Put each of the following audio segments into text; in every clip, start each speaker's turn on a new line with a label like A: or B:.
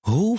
A: hoe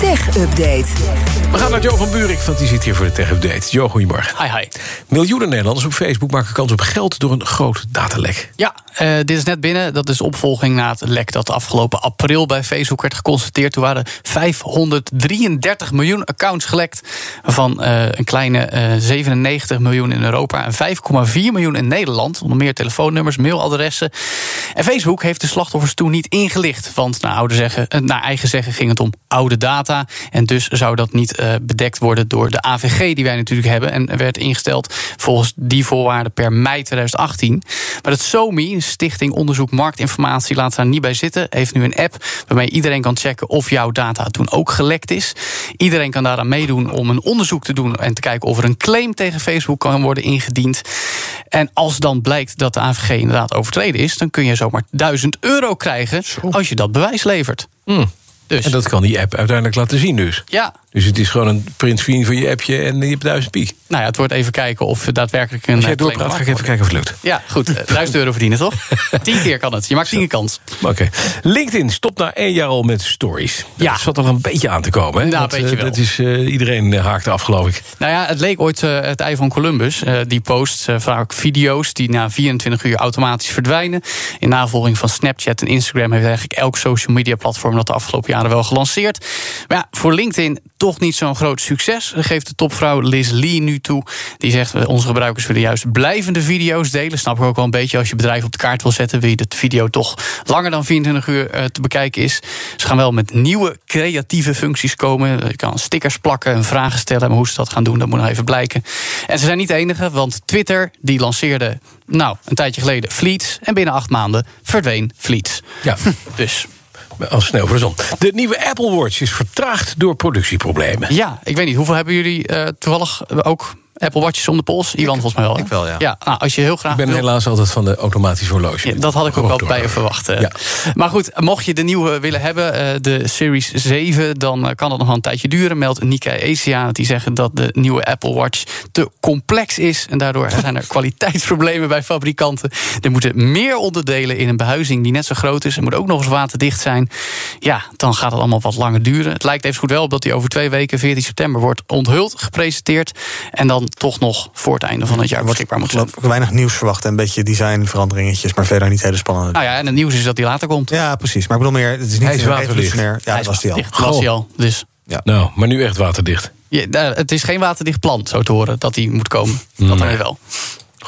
B: Tech Update.
C: We gaan naar Jo van Buurik, want die zit hier voor de Tech Update. Jo, goedemorgen.
D: Hi, hi.
C: Miljoenen Nederlanders op Facebook maken kans op geld door een groot datalek.
D: Ja, eh, dit is net binnen. Dat is opvolging na het lek dat afgelopen april bij Facebook werd geconstateerd. Toen waren 533 miljoen accounts gelekt. Van een kleine eh, 97 miljoen in Europa en 5,4 miljoen in Nederland. Onder meer telefoonnummers, mailadressen. En Facebook heeft de slachtoffers toen niet ingelicht. Want naar, oude zeggen, eh, naar eigen zeggen ging het om oude data. En dus zou dat niet eh, bedekt worden door de AVG die wij natuurlijk hebben. En werd ingesteld volgens die voorwaarden per mei 2018. Maar het SOMI, Stichting Onderzoek Marktinformatie, laat daar niet bij zitten. Heeft nu een app waarmee iedereen kan checken of jouw data toen ook gelekt is. Iedereen kan daaraan meedoen om een onderzoek te doen en te kijken of er een claim tegen Facebook kan worden ingediend. En als dan blijkt dat de AVG inderdaad overtreden is, dan kun je zomaar 1000 euro krijgen als je dat bewijs levert. Dus
C: Hmm. En dat kan die app uiteindelijk laten zien dus.
D: ja,
C: Dus het is gewoon een print screen van je appje en je hebt duizend piek.
D: nou ja, het wordt even kijken of we daadwerkelijk een.
C: Als jij
D: eh, claim
C: doorpraat, ga ik
D: gemaakt
C: even kijken of het lukt.
D: Ja, goed. eh, 1000 euro verdienen, toch? 10 keer kan het. Je maakt 10 keer kans.
C: Maar Oké. LinkedIn stopt na één jaar al met stories. Dat
D: Ja.
C: zat al een beetje aan te komen. Hè?
D: Nou,
C: Dat,
D: een beetje
C: eh,
D: wel.
C: Dat is, eh, iedereen eh, haakt af, geloof ik.
D: Nou ja, het leek ooit eh, het ei van Columbus. Eh, die post eh, vaak video's die na 24 uur automatisch verdwijnen. In navolging van Snapchat en Instagram heeft eigenlijk elk social media platform dat de afgelopen jaren wel gelanceerd. Maar ja, voor LinkedIn toch niet zo'n groot succes. Dat geeft de topvrouw Liz Lee nu toe. Die zegt: eh, onze gebruikers willen juist blijvende video's delen. Snap ik ook wel een beetje. Als je bedrijf op de kaart wil zetten, wil je dat de video toch langer dan 24 uur eh, te bekijken is. Ze gaan wel met nieuwe creatieve functies komen. Je kan stickers plakken en vragen stellen. Maar hoe ze dat gaan doen, dat moet nog even blijken. En ze zijn niet de enige, want Twitter die lanceerde nou, een tijdje geleden Fleets. En binnen acht maanden verdween Fleets.
C: Ja,
D: Dus
C: als sneeuw voor de zon. De nieuwe Apple Watch is vertraagd door productieproblemen.
D: ja, ik weet niet, hoeveel hebben jullie eh, toevallig ook Apple Watches om de pols? Iwan volgens mij wel. hè?
E: ik wel, ja.
D: ja nou, als je heel graag
C: Ik ben
D: wil-
C: helaas altijd van de automatische horloge.
D: Ja, dat had ik ook
C: Gewoon
D: wel
C: door.
D: bij je verwacht. eh.
C: Ja.
D: Maar goed, mocht je de nieuwe willen hebben, eh, de Series 7, dan eh, kan dat nog wel een tijdje duren. Meldt Nikkei Asia, want die zeggen dat de nieuwe Apple Watch te complex is. En daardoor zijn er kwaliteitsproblemen bij fabrikanten. Er moeten meer onderdelen in een behuizing die net zo groot is. Er moet ook nog eens waterdicht zijn. Ja, dan gaat het allemaal wat langer duren. Het lijkt even goed wel op dat die over twee weken, 14 september, wordt onthuld, gepresenteerd. En dan toch nog voor het einde van het jaar
E: Wordt
D: beschikbaar moet zijn.
E: geloof ik weinig nieuws verwacht en een beetje designveranderingetjes, maar verder niet hele spannende.
D: Nou ja, en het nieuws is dat die later komt.
E: Ja, precies. Maar ik bedoel meer, het is niet
C: Hij is
E: een
C: waterdicht.
E: revolutionair. Ja,
D: Hij
E: dat was die al.
D: waterdicht, dat was die al. Dus
C: Nou, maar nu echt waterdicht.
D: ja, daar- het is geen waterdicht plan, zo te horen, dat die moet komen. Dat dan weer wel.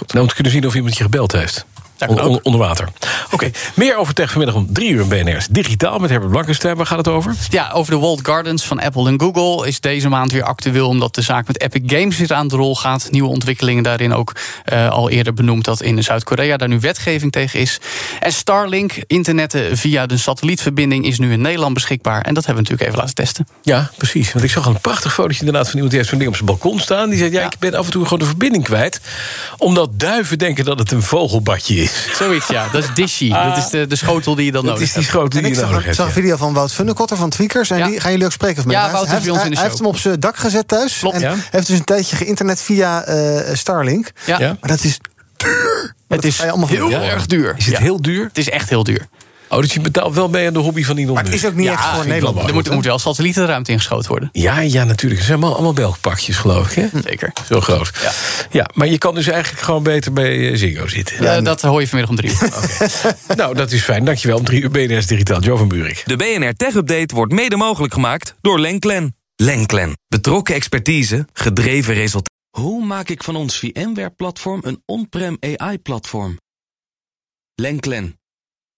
C: Nou, om te kunnen zien of iemand je gebeld heeft.
D: Dat kan
C: On- on-
D: ook.
C: onder water. Oké, meer over tech vanmiddag om drie uur in BNR's Digitaal met Herbert Blankenstein. Waar gaat het over?
D: Ja, over de walled gardens van Apple en Google is deze maand weer actueel... omdat de zaak met Epic Games weer aan de rol gaat. Nieuwe ontwikkelingen daarin ook eh, al eerder benoemd... dat in Zuid-Korea daar nu wetgeving tegen is. En Starlink, internetten via de satellietverbinding... is nu in Nederland beschikbaar. En dat hebben we natuurlijk even laten testen.
C: Ja, precies. Want ik zag al een prachtig fotootje inderdaad van iemand die heeft zo'n ding op zijn balkon staan. Die zei, ja, ik ben af en toe gewoon de verbinding kwijt. Omdat duiven denken dat het een vogelbadje is.
D: Zoiets, ja. Dat is Dishy. Dat is de, de schotel Ah. die je dan
C: Dat
D: nodig
C: is die
D: hebt.
C: schotel
E: Nou,
C: die
E: En ik
C: je
E: zag,
C: nodig
E: ik
C: hebt.
E: zag
C: ja.
E: een video van Wout Funnekotter van Tweakers. En
D: Ja.
E: die gaan jullie ook spreken vanmiddag.
D: Ja,
E: Hij
D: Wout is
E: heeft-
D: bij ons in de
E: Hij heeft
D: show.
E: hem op zijn dak gezet thuis.
D: Klopt,
E: en
C: ja.
E: heeft dus een tijdje geïnternet via eh, Starlink.
D: Ja.
C: Ja.
E: Maar dat is
D: Het is
E: ga je allemaal van
D: heel
E: doen.
D: erg duur.
C: Is het
D: Ja.
C: heel duur?
D: Het is echt heel duur.
C: Oh, dus je betaalt wel mee aan de hobby van iemand.
E: Maar het is ook niet
D: Ja,
E: echt
D: vind
E: voor
D: ik
E: Nederland.
C: wel
D: Er moet, er moet wel satellietenruimte ingeschoten worden.
C: Ja, ja, natuurlijk. Het zijn allemaal, allemaal Belgpakjes, geloof ik.
E: Hmm.
C: Hè?
D: Zeker.
C: Zo groot. Ja.
D: Ja.
C: maar je kan dus eigenlijk gewoon beter bij eh, Ziggo zitten.
D: Eh, dat hoor je vanmiddag om drie uur.
C: Nou, dat is fijn. Dankjewel. Om drie uur BNS Digitaal. Jo van Buurik.
A: De BNR Tech Update wordt mede mogelijk gemaakt door Lenklen. Lenklen. Betrokken expertise, gedreven resultaat. Hoe maak ik van ons VMware-platform een on-prem AI-platform? Lenklen.